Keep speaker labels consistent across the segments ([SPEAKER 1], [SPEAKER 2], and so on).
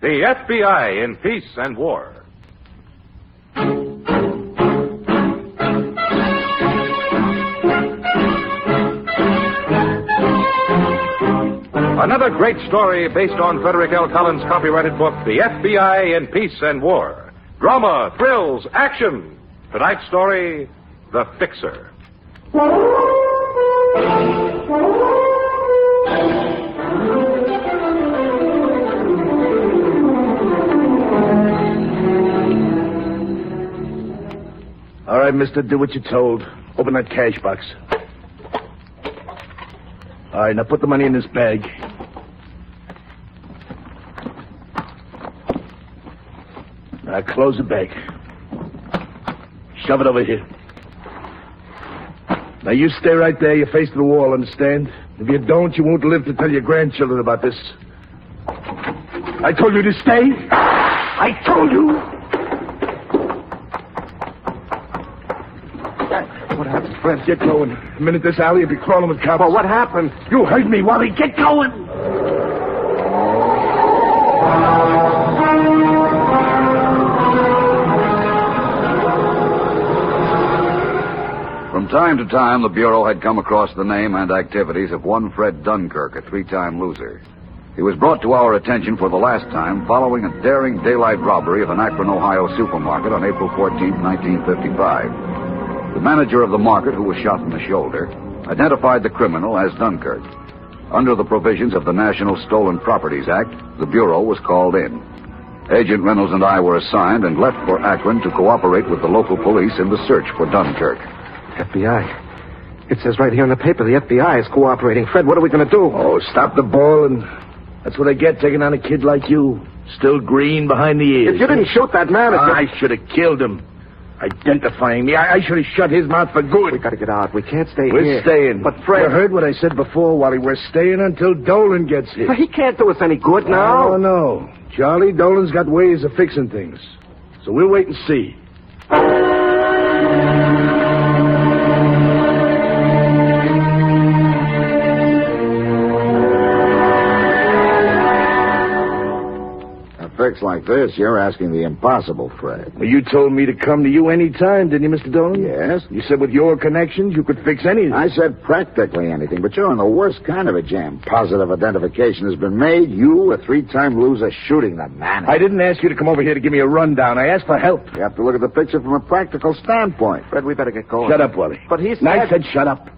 [SPEAKER 1] The FBI in Peace and War. Another great story based on Frederick L. Collins' copyrighted book, The FBI in Peace and War. Drama, thrills, action. Tonight's story, The Fixer.
[SPEAKER 2] All right, mister, do what you're told. Open that cash box. All right, now put the money in this bag. Now close the bag. Shove it over here. Now you stay right there, your face to the wall, understand? If you don't, you won't live to tell your grandchildren about this. I told you to stay. I told you. What happened, Fred? Get going. A minute this alley, you'll be crawling with cops. what happened? You heard me, Wally. Get going.
[SPEAKER 3] From time to time, the Bureau had come across the name and activities of one Fred Dunkirk, a three time loser. He was brought to our attention for the last time following a daring daylight robbery of an Akron, Ohio supermarket on April 14, 1955. The manager of the market, who was shot in the shoulder, identified the criminal as Dunkirk. Under the provisions of the National Stolen Properties Act, the Bureau was called in. Agent Reynolds and I were assigned and left for Akron to cooperate with the local police in the search for Dunkirk.
[SPEAKER 4] FBI. It says right here on the paper the FBI is cooperating. Fred, what are we going to do?
[SPEAKER 2] Oh, stop the ball, and that's what I get taking on a kid like you. Still green behind the ears.
[SPEAKER 4] If you didn't shoot that man, it's
[SPEAKER 2] I should have killed him. Identifying me, I, I should have shut his mouth for good.
[SPEAKER 4] we got to get out. We can't stay
[SPEAKER 2] We're
[SPEAKER 4] here.
[SPEAKER 2] staying.
[SPEAKER 4] But Fred,
[SPEAKER 2] you heard what I said before, Wally. We're staying until Dolan gets here.
[SPEAKER 4] he can't do us any good
[SPEAKER 2] No,
[SPEAKER 4] now.
[SPEAKER 2] no. Charlie, Dolan's got ways of fixing things, so we'll wait and see.
[SPEAKER 5] A fix like this, you're asking the impossible, Fred.
[SPEAKER 2] Well, you told me to come to you any time, didn't you, Mr. Dolan?
[SPEAKER 5] Yes?
[SPEAKER 2] You said with your connections you could fix anything.
[SPEAKER 5] I said practically anything, but you're in the worst kind of a jam. Positive identification has been made. You, a three-time loser, shooting the man.
[SPEAKER 2] I didn't ask you to come over here to give me a rundown. I asked for help.
[SPEAKER 5] You have to look at the picture from a practical standpoint.
[SPEAKER 4] Fred, we better get going.
[SPEAKER 2] Shut up, Wally.
[SPEAKER 4] But he's
[SPEAKER 2] And I said shut up.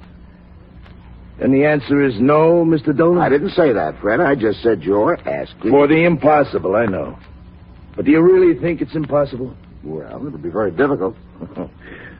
[SPEAKER 2] Then the answer is no, Mr. Dolan?
[SPEAKER 5] I didn't say that, Fred. I just said you're asking.
[SPEAKER 2] For the impossible, I know. But do you really think it's impossible?
[SPEAKER 5] Well, it'll be very difficult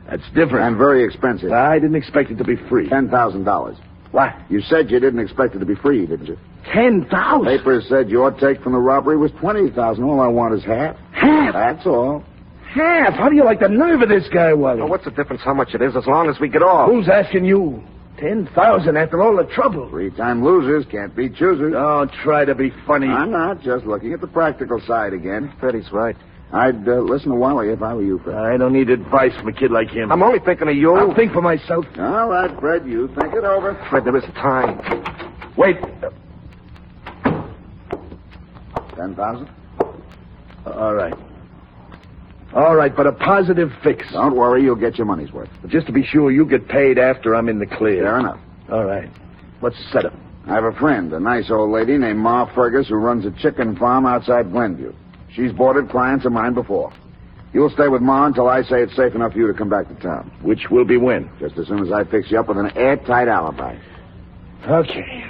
[SPEAKER 2] That's different. Uh,
[SPEAKER 5] and very expensive.
[SPEAKER 2] I didn't expect it to be free.
[SPEAKER 5] Ten thousand dollars.
[SPEAKER 2] What?
[SPEAKER 5] You said you didn't expect it to be free, didn't you?
[SPEAKER 2] Ten thousand?
[SPEAKER 5] Papers said your take from the robbery was twenty thousand. All I want is half.
[SPEAKER 2] Half?
[SPEAKER 5] That's all.
[SPEAKER 2] Half? How do you like the nerve of this guy, Wally?
[SPEAKER 4] Now, "Oh, what's the difference how much it is as long as we get off?
[SPEAKER 2] Who's asking you? Ten thousand after all the trouble.
[SPEAKER 5] Three-time losers can't be choosers.
[SPEAKER 2] Don't try to be funny.
[SPEAKER 5] I'm not just looking at the practical side again.
[SPEAKER 4] Fred, he's right.
[SPEAKER 5] I'd uh, listen to Wally if I were you, Fred.
[SPEAKER 2] I don't need advice from a kid like him.
[SPEAKER 4] I'm only thinking of you.
[SPEAKER 2] I'll think for myself.
[SPEAKER 5] All right, Fred, you think it over.
[SPEAKER 4] Fred, there isn't time.
[SPEAKER 2] Wait.
[SPEAKER 5] Ten thousand.
[SPEAKER 2] All right. All right, but a positive fix.
[SPEAKER 5] Don't worry, you'll get your money's worth.
[SPEAKER 2] Just to be sure, you get paid after I'm in the clear.
[SPEAKER 5] Fair enough.
[SPEAKER 2] All right. What's the setup?
[SPEAKER 5] I have a friend, a nice old lady named Ma Fergus, who runs a chicken farm outside Glenview. She's boarded clients of mine before. You'll stay with Ma until I say it's safe enough for you to come back to town.
[SPEAKER 2] Which will be when?
[SPEAKER 5] Just as soon as I fix you up with an airtight alibi.
[SPEAKER 2] Okay.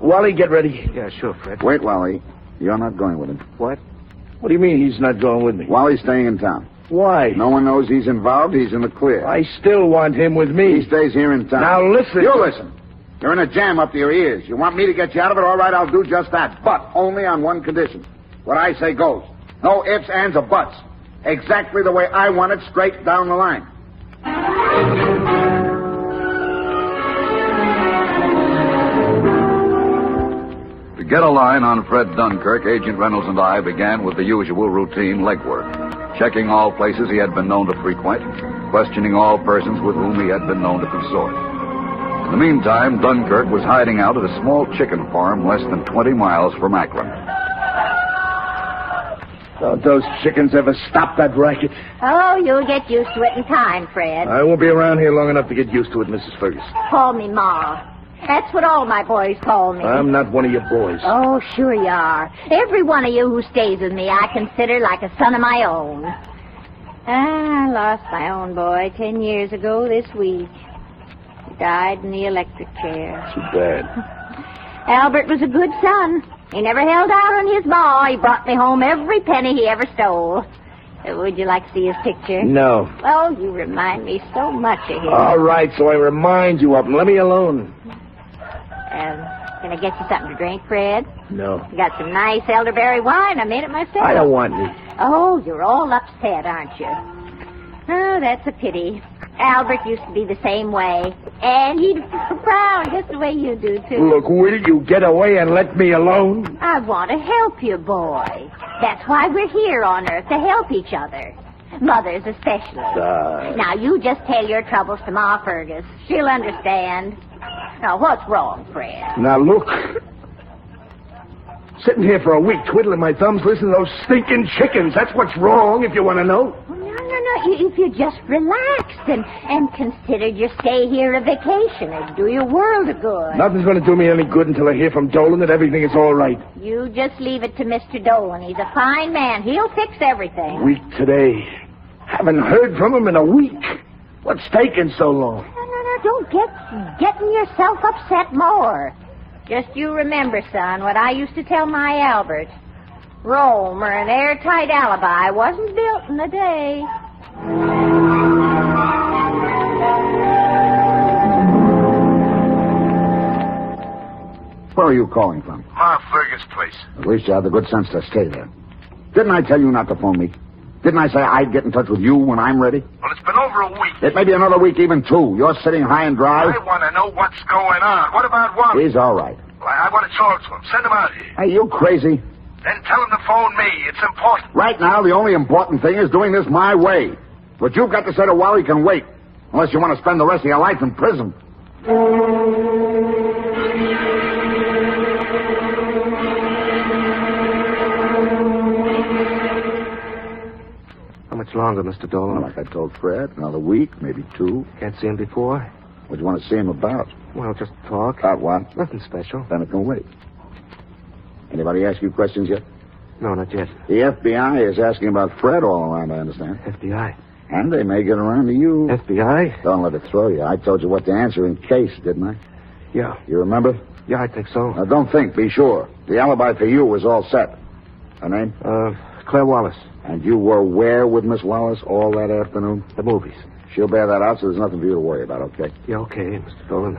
[SPEAKER 2] Wally, get ready.
[SPEAKER 4] Yeah, sure, Fred.
[SPEAKER 5] Wait, Wally. You're not going with him.
[SPEAKER 4] What?
[SPEAKER 2] What do you mean he's not going with me?
[SPEAKER 5] Wally's staying in town.
[SPEAKER 2] Why?
[SPEAKER 5] No one knows he's involved. He's in the clear.
[SPEAKER 2] I still want him with
[SPEAKER 5] He
[SPEAKER 2] me.
[SPEAKER 5] stays here in town.
[SPEAKER 2] Now listen.
[SPEAKER 5] You listen. You're in a jam up to your ears. You want me to get you out of it? All right, I'll do just that. But only on one condition. What I say goes. No ifs, ands, or buts. Exactly the way I want it, straight down the line.
[SPEAKER 3] To get a line on Fred Dunkirk, Agent Reynolds and I began with the usual routine legwork, checking all places he had been known to frequent, questioning all persons with whom he had been known to consort. In the meantime, Dunkirk was hiding out at a small chicken farm less than 20 miles from Akron.
[SPEAKER 2] Don't those chickens ever stop that racket?
[SPEAKER 6] Oh, you'll get used to it in time, Fred.
[SPEAKER 2] I won't be around here long enough to get used to it, Mrs. Ferguson.
[SPEAKER 6] Call me Ma. That's what all my boys call me.
[SPEAKER 2] I'm not one of your boys.
[SPEAKER 6] Oh, sure you are. Every one of you who stays with me, I consider like a son of my own. Ah, I lost my own boy ten years ago this week. He died in the electric chair.
[SPEAKER 2] Too bad.
[SPEAKER 6] Albert was a good son. He never held out on his ma. He brought me home every penny he ever stole. Uh, Would you like to see his picture?
[SPEAKER 2] No.
[SPEAKER 6] Oh, you remind me so much of him.
[SPEAKER 2] All right, so I remind you of them. Let me alone.
[SPEAKER 6] Um, can I get you something to drink, Fred?
[SPEAKER 2] No.
[SPEAKER 6] Got some nice elderberry wine. I made it myself.
[SPEAKER 2] I don't want any.
[SPEAKER 6] Oh, you're all upset, aren't you? Oh, that's a pity. Albert used to be the same way. And he'd frown just the way you do, too.
[SPEAKER 2] Look, will you get away and let me alone?
[SPEAKER 6] I want to help you, boy. That's why we're here on Earth, to help each other. Mothers especially.
[SPEAKER 2] Uh,
[SPEAKER 6] Now, you just tell your troubles to Ma Fergus. She'll understand. Now, what's wrong, Fred?
[SPEAKER 2] now look. Sitting here for a week twiddling my thumbs, listening to those stinking chickens. That's what's wrong, if you want to know.
[SPEAKER 6] Oh, No, no, no. If you just relaxed and, and considered your stay here a vacation, it'd do your world a good.
[SPEAKER 2] Nothing's going to do me any good until I hear from Dolan that everything is all right.
[SPEAKER 6] You just leave it to Mr. Dolan. He's a fine man. He'll fix everything.
[SPEAKER 2] Week today. Haven't heard from him in a week. What's taking so long?
[SPEAKER 6] No, no, no. Don't get getting yourself upset more. Just you remember, son, what I used to tell my Albert. Rome or an airtight alibi wasn't built in a day.
[SPEAKER 3] Where are you calling from?
[SPEAKER 7] Ma Fergus place.
[SPEAKER 3] At least you had the good sense to stay there. Didn't I tell you not to phone me? Didn't I say I'd get in touch with you when I'm ready?
[SPEAKER 7] Well, it's been over a week.
[SPEAKER 3] It may be another week, even two. You're sitting high and dry.
[SPEAKER 7] I want to know what's going on. What about one?
[SPEAKER 3] He's all right.
[SPEAKER 7] Well, I want to talk to him. Send him out here.
[SPEAKER 3] Are you crazy?
[SPEAKER 7] Then tell him to phone me. It's important.
[SPEAKER 3] Right now, the only important thing is doing this my way. What you've got to say to Wally can wait, unless you want to spend the rest of your life in prison.
[SPEAKER 4] How much longer, Mr.
[SPEAKER 3] Well,
[SPEAKER 4] Dolan?
[SPEAKER 3] like I told Fred, another week, maybe two.
[SPEAKER 4] Can't see him before?
[SPEAKER 3] What do you want to see him about?
[SPEAKER 4] Well, just talk.
[SPEAKER 2] Uh.
[SPEAKER 3] About what?
[SPEAKER 4] Nothing special.
[SPEAKER 3] Then it can wait. Anybody ask you questions yet?
[SPEAKER 4] No, not yet.
[SPEAKER 3] The FBI is asking about Fred all around, I understand.
[SPEAKER 4] FBI.
[SPEAKER 3] And they may get around to you.
[SPEAKER 4] FBI?
[SPEAKER 3] Don't let it throw you. I told you what to answer in case, didn't I?
[SPEAKER 4] Yeah.
[SPEAKER 3] You remember?
[SPEAKER 4] Yeah, I think so.
[SPEAKER 3] Now, don't think. Be sure. The alibi for you was all set. Her name?
[SPEAKER 4] Uh, Claire Wallace.
[SPEAKER 3] And you were where with Miss Wallace all that afternoon?
[SPEAKER 4] The movies.
[SPEAKER 3] She'll bear that out, so there's nothing for you to worry about, okay?
[SPEAKER 4] Yeah, okay, Mr. Dolan.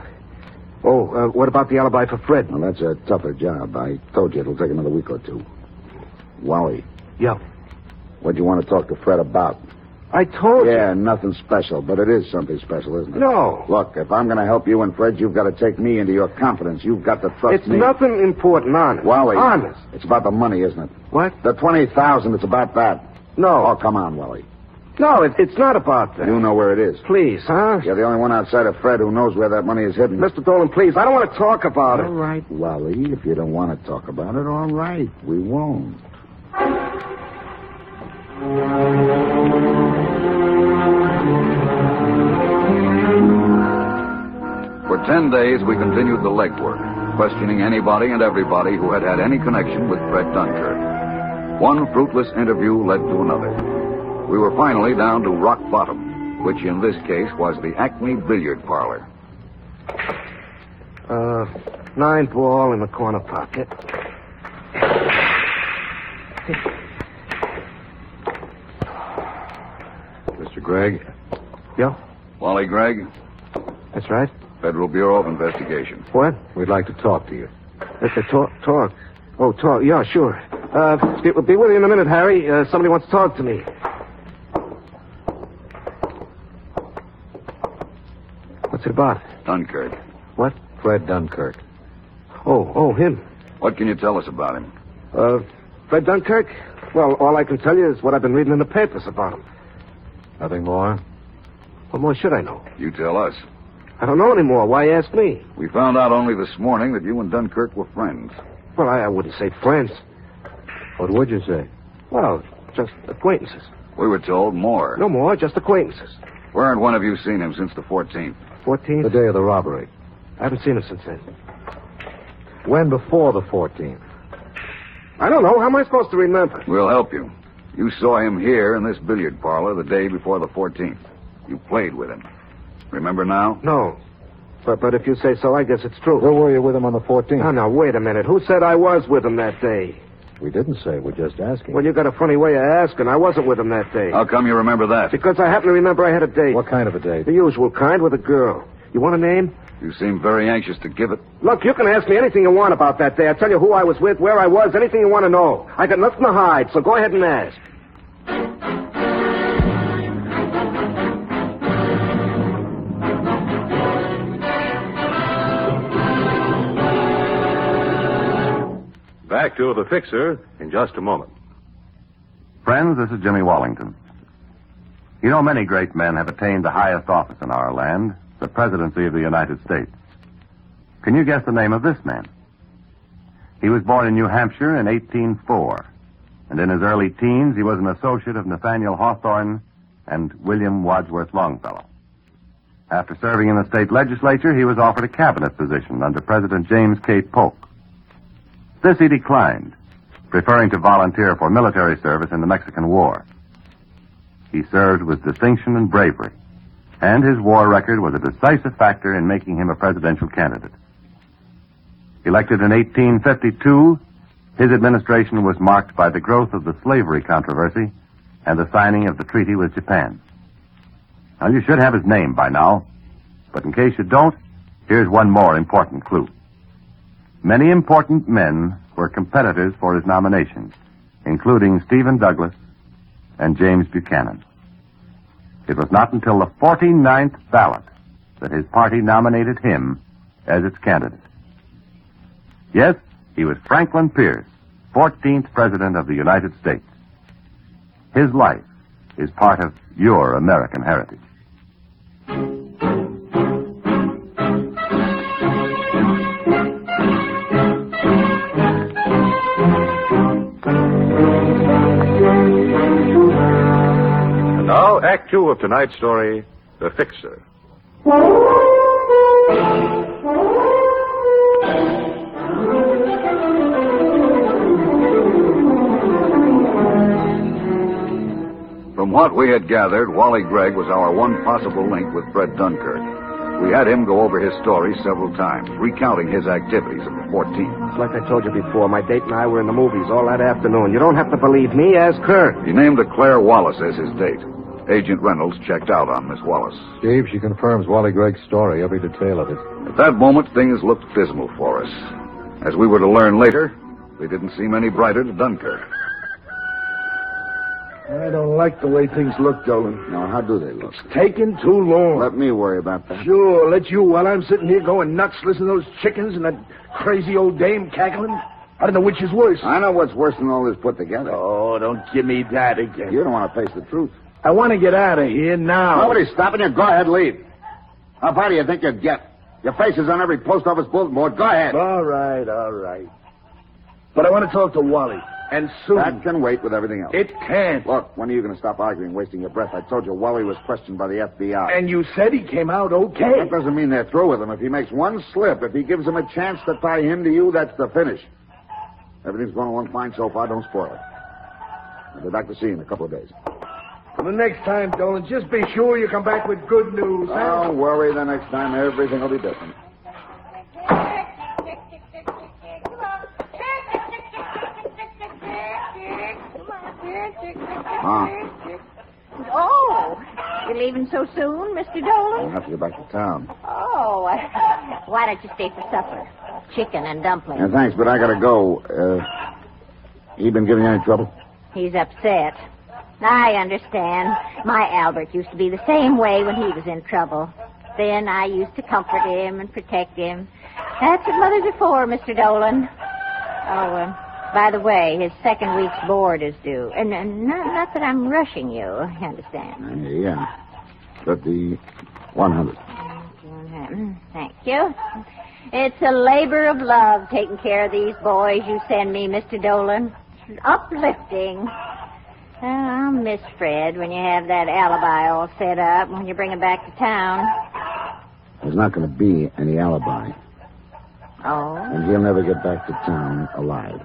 [SPEAKER 4] Oh, uh, what about the alibi for Fred?
[SPEAKER 3] Well, that's a tougher job. I told you it'll take another week or two. Wally,
[SPEAKER 4] Yeah.
[SPEAKER 3] what do you want to talk to Fred about?
[SPEAKER 4] I told
[SPEAKER 3] Yeah, nothing special, but it is something special, isn't
[SPEAKER 4] you.
[SPEAKER 3] it?
[SPEAKER 4] No.
[SPEAKER 3] Look, if I'm going to help you and Fred, you've got to take me into your confidence. You've got to trust
[SPEAKER 4] It's
[SPEAKER 3] me.
[SPEAKER 4] nothing important, honest.
[SPEAKER 3] Wally.
[SPEAKER 4] Honest.
[SPEAKER 3] It's about the money, isn't it?
[SPEAKER 4] What?
[SPEAKER 3] The 20000 it's about that.
[SPEAKER 4] No.
[SPEAKER 3] Oh, come on, Wally.
[SPEAKER 4] No, it, it's not about that.
[SPEAKER 3] You know where it is.
[SPEAKER 4] Please, huh?
[SPEAKER 3] You're the only one outside of Fred who knows where that money is hidden.
[SPEAKER 4] Mr. Dolan, please, I don't want to talk about
[SPEAKER 3] All
[SPEAKER 4] it.
[SPEAKER 3] right, Wally. If you don't want to talk about it, all right. We won't. For ten days, we continued the legwork, questioning anybody and everybody who had had any connection with Fred Dunkirk. One fruitless interview led to another. We were finally down to rock bottom, which in this case was the Acme Billiard Parlor.
[SPEAKER 4] Uh, nine ball in the corner pocket.
[SPEAKER 3] Mr. Gregg?
[SPEAKER 4] Yeah,
[SPEAKER 3] Wally Gregg,
[SPEAKER 4] that's right.
[SPEAKER 3] Federal Bureau of Investigation.
[SPEAKER 4] What?
[SPEAKER 3] We'd like to talk to you.
[SPEAKER 4] That's a talk. Talk. Oh, talk. Yeah, sure. Uh, be, be with you in a minute, Harry. Uh, somebody wants to talk to me. What's it about?
[SPEAKER 3] Dunkirk.
[SPEAKER 4] What?
[SPEAKER 3] Fred Dunkirk.
[SPEAKER 4] Oh, oh, him.
[SPEAKER 3] What can you tell us about him?
[SPEAKER 4] Uh, Fred Dunkirk? Well, all I can tell you is what I've been reading in the papers about him.
[SPEAKER 3] Nothing more.
[SPEAKER 4] What more should I know?
[SPEAKER 3] You tell us.
[SPEAKER 4] I don't know anymore. Why ask me?
[SPEAKER 3] We found out only this morning that you and Dunkirk were friends.
[SPEAKER 4] Well, I, I wouldn't say friends.
[SPEAKER 3] What would you say?
[SPEAKER 4] Well, just acquaintances.
[SPEAKER 8] We were told more.
[SPEAKER 4] No more, just acquaintances.
[SPEAKER 8] Where had one of you seen him since the 14th?
[SPEAKER 4] 14?
[SPEAKER 9] day of the robbery.
[SPEAKER 4] I haven't seen him since then.
[SPEAKER 9] When before the 14th?
[SPEAKER 4] I don't know. How am I supposed to remember?
[SPEAKER 8] We'll help you. You saw him here in this billiard parlor the day before the 14th. You played with him. Remember now?
[SPEAKER 4] No. But, but if you say so, I guess it's true. Oh,
[SPEAKER 9] Where were you with him on the 14th?
[SPEAKER 4] Now, now, wait a minute. Who said I was with him that day?
[SPEAKER 9] We didn't say. We're just asking.
[SPEAKER 4] Well, you got a funny way of asking. I wasn't with him that day.
[SPEAKER 8] How come you remember that?
[SPEAKER 4] Because I happen to remember I had a date.
[SPEAKER 9] Uh, What kind of a date?
[SPEAKER 4] The usual kind with a girl. You want a name?
[SPEAKER 8] You seem very anxious to give it.
[SPEAKER 4] Look, you can ask me anything you want about that day. I'll tell you who I was with, where I was, anything you want to know. I got nothing to hide, so go ahead and ask.
[SPEAKER 1] Back to the fixer in just a moment.
[SPEAKER 3] Friends, this is Jimmy Wallington. You know, many great men have attained the highest office in our land, the presidency of the United States. Can you guess the name of this man? He was born in New Hampshire in 1804, and in his early teens he was an associate of Nathaniel Hawthorne and William Wadsworth Longfellow. After serving in the state legislature, he was offered a cabinet position under President James K. Polk. This he declined, preferring to volunteer for military service in the Mexican War. He served with distinction and bravery, and his war record was a decisive factor in making him a presidential candidate. Elected in 1852, his administration was marked by the growth of the slavery controversy and the signing of the treaty with Japan. Now, you should have his name by now, but in case you don't, here's one more important clue. Many important men were competitors for his nomination, including Stephen Douglas and James Buchanan. It was not until the 49th ballot that his party nominated him as its candidate. Yes, he was Franklin Pierce, 14th President of the United States. His life is part of your American heritage.
[SPEAKER 1] And now, Act Two of tonight's story The Fixer.
[SPEAKER 8] From what we had gathered, Wally Gregg was our one possible link with Fred Dunkirk. We had him go over his story several times, recounting his activities of the 14th.
[SPEAKER 4] It's like I told you before. My date and I were in the movies all that afternoon. You don't have to believe me. Ask her.
[SPEAKER 8] He named a Claire Wallace as his date. Agent Reynolds checked out on Miss Wallace.
[SPEAKER 9] Steve, she confirms Wally Gregg's story, every detail of it.
[SPEAKER 8] At that moment, things looked dismal for us. As we were to learn later, they didn't seem any brighter to Dunkirk.
[SPEAKER 2] I don't like the way things look, Dolan.
[SPEAKER 10] Now, how do they look?
[SPEAKER 2] Taking too long.
[SPEAKER 10] Let me worry about that.
[SPEAKER 2] Sure, let you while I'm sitting here going nuts, listening to those chickens and that crazy old dame cackling. I don't know which is worse.
[SPEAKER 10] I know what's worse than all this put together.
[SPEAKER 2] Oh, don't give me that again.
[SPEAKER 10] You don't want to face the truth.
[SPEAKER 2] I want to get out of here now.
[SPEAKER 10] Nobody's stopping you. Go ahead, leave. How far do you think you'd get? Your face is on every post office bulletin board. Go ahead.
[SPEAKER 2] All right, all right. But I want to talk to Wally and Sue.
[SPEAKER 10] That can wait with everything else.
[SPEAKER 2] It can't.
[SPEAKER 10] Look, when are you going to stop arguing, wasting your breath? I told you Wally was questioned by the FBI.
[SPEAKER 2] And you said he came out okay.
[SPEAKER 10] That doesn't mean they're through with him. If he makes one slip, if he gives them a chance to tie him to you, that's the finish. Everything's going along fine so far. Don't spoil it. I'll be back to see you in a couple of days.
[SPEAKER 2] The next time, Dolan, just be sure you come back with good news. huh?
[SPEAKER 10] Don't worry. The next time, everything will be different.
[SPEAKER 6] Oh, you're leaving so soon, Mr. Dolan?
[SPEAKER 10] I'll have to get back to town.
[SPEAKER 6] Oh, why don't you stay for supper? Chicken and dumplings.
[SPEAKER 10] Yeah, thanks, but I got to go. Uh, he been giving you any trouble?
[SPEAKER 6] He's upset. I understand. My Albert used to be the same way when he was in trouble. Then I used to comfort him and protect him. That's what mothers are for, Mr. Dolan. Oh, um, by the way, his second week's board is due. And, and not, not that I'm rushing you, you understand.
[SPEAKER 10] Uh, yeah. But the 100.
[SPEAKER 6] Mhm. Thank you. It's a labor of love taking care of these boys you send me, Mr. Dolan. Uplifting. Oh, I'll miss Fred when you have that alibi all set up when you bring him back to town.
[SPEAKER 10] There's not going to be any alibi,
[SPEAKER 6] Oh,
[SPEAKER 10] and he'll never get back to town alive.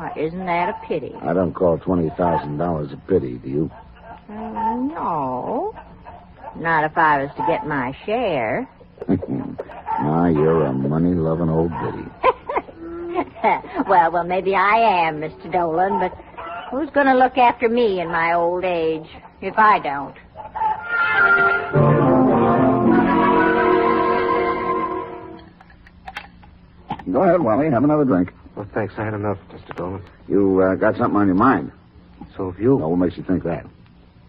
[SPEAKER 6] well, isn't that a pity?
[SPEAKER 10] I don't call $20,000 a pity, do you?
[SPEAKER 6] Mm, no. Not if I was to get my share.
[SPEAKER 10] Ah, you're a money loving old biddy.
[SPEAKER 6] well, well, maybe I am, Mr. Dolan, but who's going to look after me in my old age if I don't?
[SPEAKER 10] Go ahead, Wally. Have another drink.
[SPEAKER 4] Well, thanks. I had enough, Mr. Dolan.
[SPEAKER 10] You uh, got something on your mind.
[SPEAKER 4] So have you.
[SPEAKER 10] No, what makes you think that?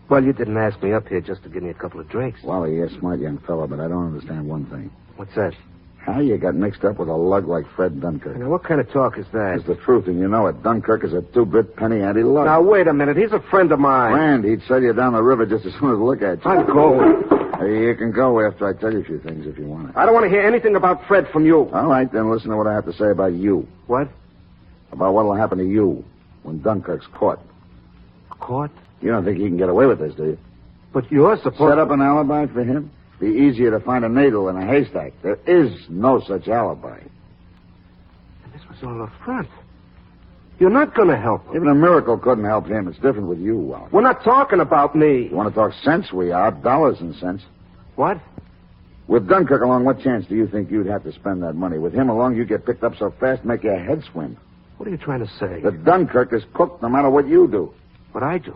[SPEAKER 4] Well, you didn't ask me up here just to give me a couple of drinks.
[SPEAKER 10] Wally, you're a smart young fellow, but I don't understand one thing.
[SPEAKER 4] What's that?
[SPEAKER 10] How you got mixed up with a lug like Fred Dunkirk?
[SPEAKER 4] Now, what kind of talk is that?
[SPEAKER 10] That's the truth, and you know it. Dunkirk is a two-bit penny ante lug.
[SPEAKER 4] Now, wait a minute. He's a friend of mine.
[SPEAKER 10] Rand, he'd sell you down the river just as soon as look at you.
[SPEAKER 4] I'm going.
[SPEAKER 10] Hey, you can go after I tell you a few things if you want to.
[SPEAKER 4] I don't want to hear anything about Fred from you.
[SPEAKER 10] All right, then listen to what I have to say about you.
[SPEAKER 4] What?
[SPEAKER 10] About what'll happen to you when Dunkirk's caught.
[SPEAKER 4] Caught?
[SPEAKER 10] You don't think he can get away with this, do you?
[SPEAKER 4] But you're supposed
[SPEAKER 10] Set up an alibi for him? Be easier to find a needle in a haystack. There is no such alibi.
[SPEAKER 4] This was all a front. You're not going to help him.
[SPEAKER 10] Even a miracle couldn't help him. It's different with you, Wally.
[SPEAKER 4] We're not talking about me.
[SPEAKER 10] You want to talk sense? We are dollars and cents.
[SPEAKER 4] What?
[SPEAKER 10] With Dunkirk along, what chance do you think you'd have to spend that money? With him along, you get picked up so fast, make your head swim.
[SPEAKER 4] What are you trying to say?
[SPEAKER 10] The Dunkirk is cooked no matter what you do.
[SPEAKER 4] What I do?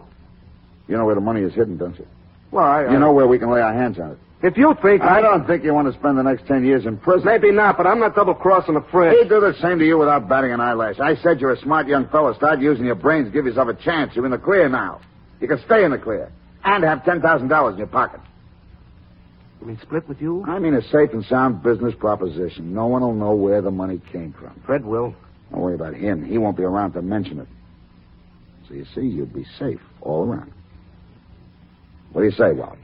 [SPEAKER 10] You know where the money is hidden, don't you?
[SPEAKER 4] Well, I,
[SPEAKER 10] You know where we can lay our hands on it.
[SPEAKER 4] If you think
[SPEAKER 10] I don't think you want to spend the next ten years in prison.
[SPEAKER 4] Maybe not, but I'm not double crossing a friend.
[SPEAKER 10] He'd do the same to you without batting an eyelash. I said you're a smart young fellow. Start using your brains. Give yourself a chance. You're in the clear now. You can stay in the clear and have $10,000 in your pocket.
[SPEAKER 4] You mean split with you?
[SPEAKER 10] I mean a safe and sound business proposition. No one will know where the money came from.
[SPEAKER 4] Fred will.
[SPEAKER 10] Don't worry about him. He won't be around to mention it. So you see, you'll be safe all around. What do you say, Wally?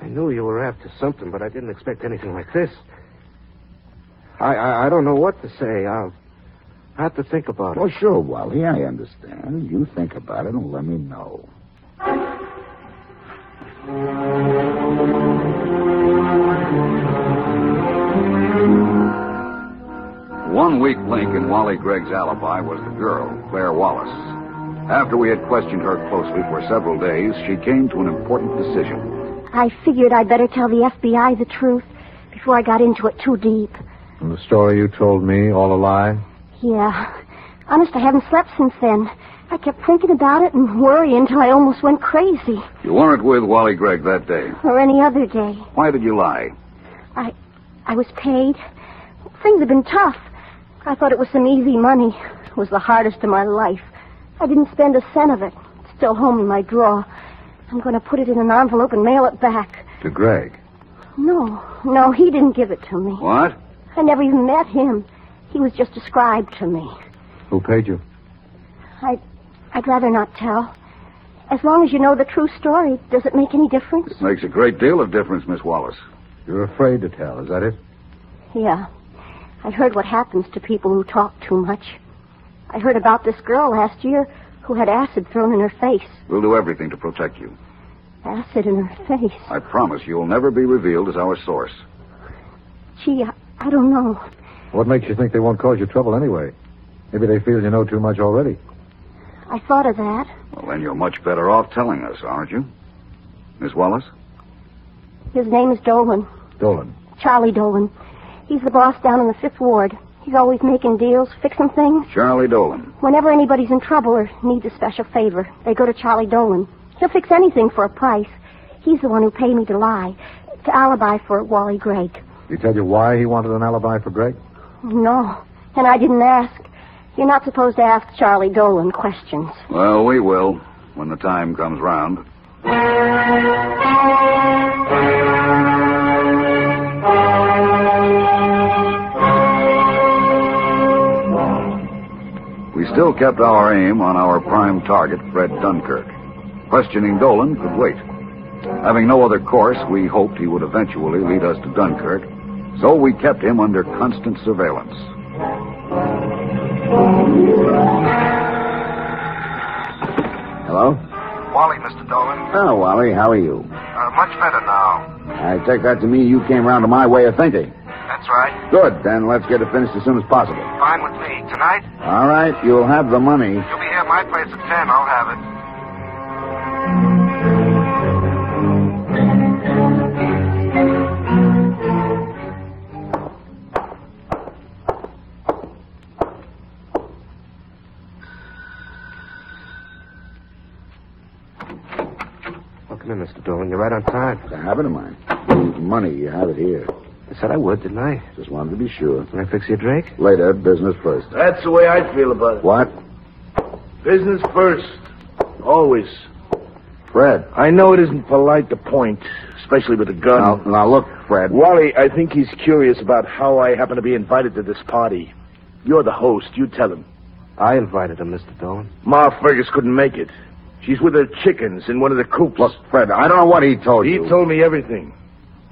[SPEAKER 4] I knew you were after something, but I didn't expect anything like this. I I, I don't know what to say. I'll I have to think about it.
[SPEAKER 10] Well, sure, Wally. I understand. You think about it and let me know.
[SPEAKER 3] One weak link in Wally Gregg's alibi was the girl, Claire Wallace. After we had questioned her closely for several days, she came to an important decision.
[SPEAKER 11] I figured I'd better tell the FBI the truth before I got into it too deep.
[SPEAKER 12] And the story you told me, all a lie?
[SPEAKER 11] Yeah. Honest, I haven't slept since then. I kept thinking about it and worrying till I almost went crazy.
[SPEAKER 3] You weren't with Wally Gregg that day.
[SPEAKER 11] Or any other day.
[SPEAKER 3] Why did you lie?
[SPEAKER 11] I I was paid. Things have been tough. I thought it was some easy money. It was the hardest of my life. I didn't spend a cent of it. It's still home in my drawer. I'm going to put it in an envelope and mail it back.
[SPEAKER 12] To Gregg.
[SPEAKER 11] No, no, he didn't give it to me.
[SPEAKER 3] What?
[SPEAKER 11] I never even met him. He was just described to me.
[SPEAKER 12] Who paid you?
[SPEAKER 11] I, I'd rather not tell. As long as you know the true story, does it make any difference?
[SPEAKER 3] Makes a great deal of difference, Miss Wallace.
[SPEAKER 12] You're afraid to tell, is that it?
[SPEAKER 11] Yeah. I heard what happens to people who talk too much. I heard about this girl last year who had acid thrown in her face.
[SPEAKER 3] We'll do everything to protect you.
[SPEAKER 11] Acid in her face.
[SPEAKER 3] I promise you'll never be revealed as our source.
[SPEAKER 11] Gee, I, I don't know.
[SPEAKER 12] What makes you think they won't cause you trouble anyway? Maybe they feel you know too much already.
[SPEAKER 11] I thought of that.
[SPEAKER 3] Well, then you're much better off telling us, aren't you? Miss Wallace?
[SPEAKER 11] His name is Dolan,
[SPEAKER 12] Dolan.
[SPEAKER 11] Charlie Dolan. He's the boss down in the Fifth Ward. He's always making deals, fixing things.
[SPEAKER 3] Charlie Dolan.
[SPEAKER 11] Whenever anybody's in trouble or needs a special favor, they go to Charlie Dolan. He'll fix anything for a price. He's the one who paid me to lie, to alibi for Wally Gregg.
[SPEAKER 12] Did he tell you why he wanted an alibi for Gregg?
[SPEAKER 11] No, and I didn't ask. You're not supposed to ask Charlie Dolan questions.
[SPEAKER 3] Well, we will when the time comes round. We still kept our aim on our prime target, Fred Dunkirk. Questioning Dolan could wait. Having no other course, we hoped he would eventually lead us to Dunkirk, so we kept him under constant surveillance.
[SPEAKER 13] Hello?
[SPEAKER 14] Wally, Mr. Dolan.
[SPEAKER 13] Oh, Wally, how are you?
[SPEAKER 14] Uh, much better now.
[SPEAKER 13] I take that to mean you came round to my way of thinking.
[SPEAKER 14] That's right.
[SPEAKER 13] Good, then let's get it finished as soon as possible.
[SPEAKER 14] Fine with me. Tonight,
[SPEAKER 13] All right, you'll have the money.
[SPEAKER 14] you'll be here at my place at 10. I'll have it.
[SPEAKER 4] Well, come in, Mr. Dolan. You're right on time.
[SPEAKER 13] It's a habit of mine. Use money, you have it here.
[SPEAKER 4] I said I would, didn't I?
[SPEAKER 13] Just wanted to be sure.
[SPEAKER 4] Can I fix you a drink?
[SPEAKER 13] Later, business first.
[SPEAKER 2] That's the way I feel about it.
[SPEAKER 13] What?
[SPEAKER 2] Business first. Always.
[SPEAKER 13] Fred.
[SPEAKER 2] I know it isn't polite to point, especially with a gun.
[SPEAKER 13] Now, now look, Fred.
[SPEAKER 2] Wally, I think he's curious about how I happen to be invited to this party. You're the host. You tell him.
[SPEAKER 4] I invited him, Mr. Dolan.
[SPEAKER 2] Ma Fergus couldn't make it. She's with her chickens in one of the coops.
[SPEAKER 13] Look, Fred, I don't know what he told
[SPEAKER 2] he
[SPEAKER 13] you.
[SPEAKER 2] told me everything.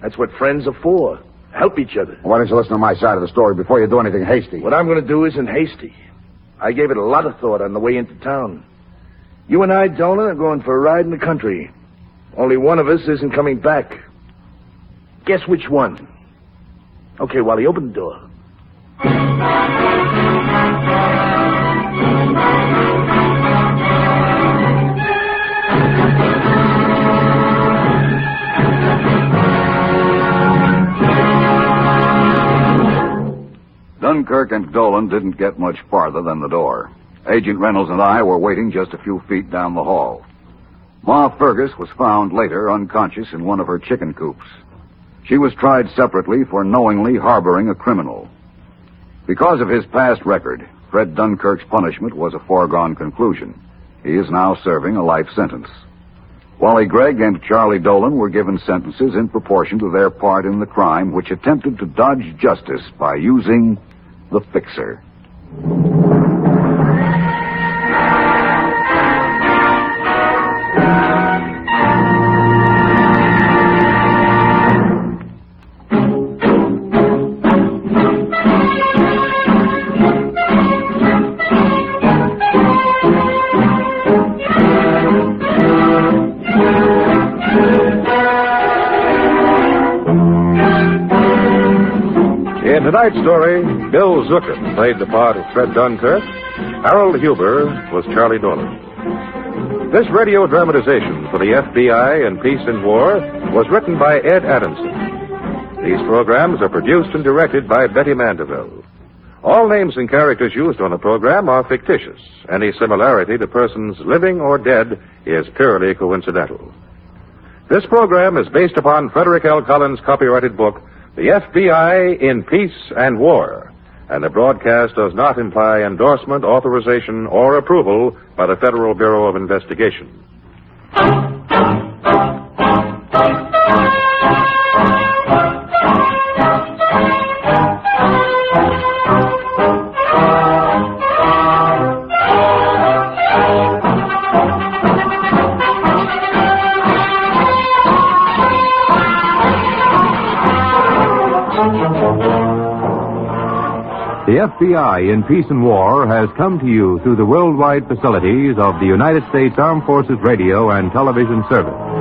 [SPEAKER 2] That's what friends are for. Help each other.
[SPEAKER 13] Why don't you listen to my side of the story before you do anything hasty?
[SPEAKER 2] What I'm going to do isn't hasty. I gave it a lot of thought on the way into town. You and I, Dolan, are going for a ride in the country. Only one of us isn't coming back. Guess which one? Okay, Wally, open the door.
[SPEAKER 10] Dunkirk and Dolan didn't get much farther than the door. Agent Reynolds and I were waiting just a few feet down the hall. Ma Fergus was found later unconscious in one of her chicken coops. She was tried separately for knowingly harboring a criminal. Because of his past record, Fred Dunkirk's punishment was a foregone conclusion. He is now serving a life sentence. Wally Gregg and Charlie Dolan were given sentences in proportion to their part in the crime which attempted to dodge justice by using the fixer.
[SPEAKER 1] In tonight's story, Bill Zookin played the part of Fred Dunkirk. Harold Huber was Charlie Dolan. This radio dramatization for the FBI and Peace and War was written by Ed Adamson. These programs are produced and directed by Betty Mandeville. All names and characters used on the program are fictitious. Any similarity to persons living or dead is purely coincidental. This program is based upon Frederick L. Collins' copyrighted book, the FBI in Peace and War. And the broadcast does not imply endorsement, authorization, or approval by the Federal Bureau of Investigation.
[SPEAKER 3] The FBI in Peace and War has come to you through the worldwide facilities of the United States Armed Forces Radio and Television Service.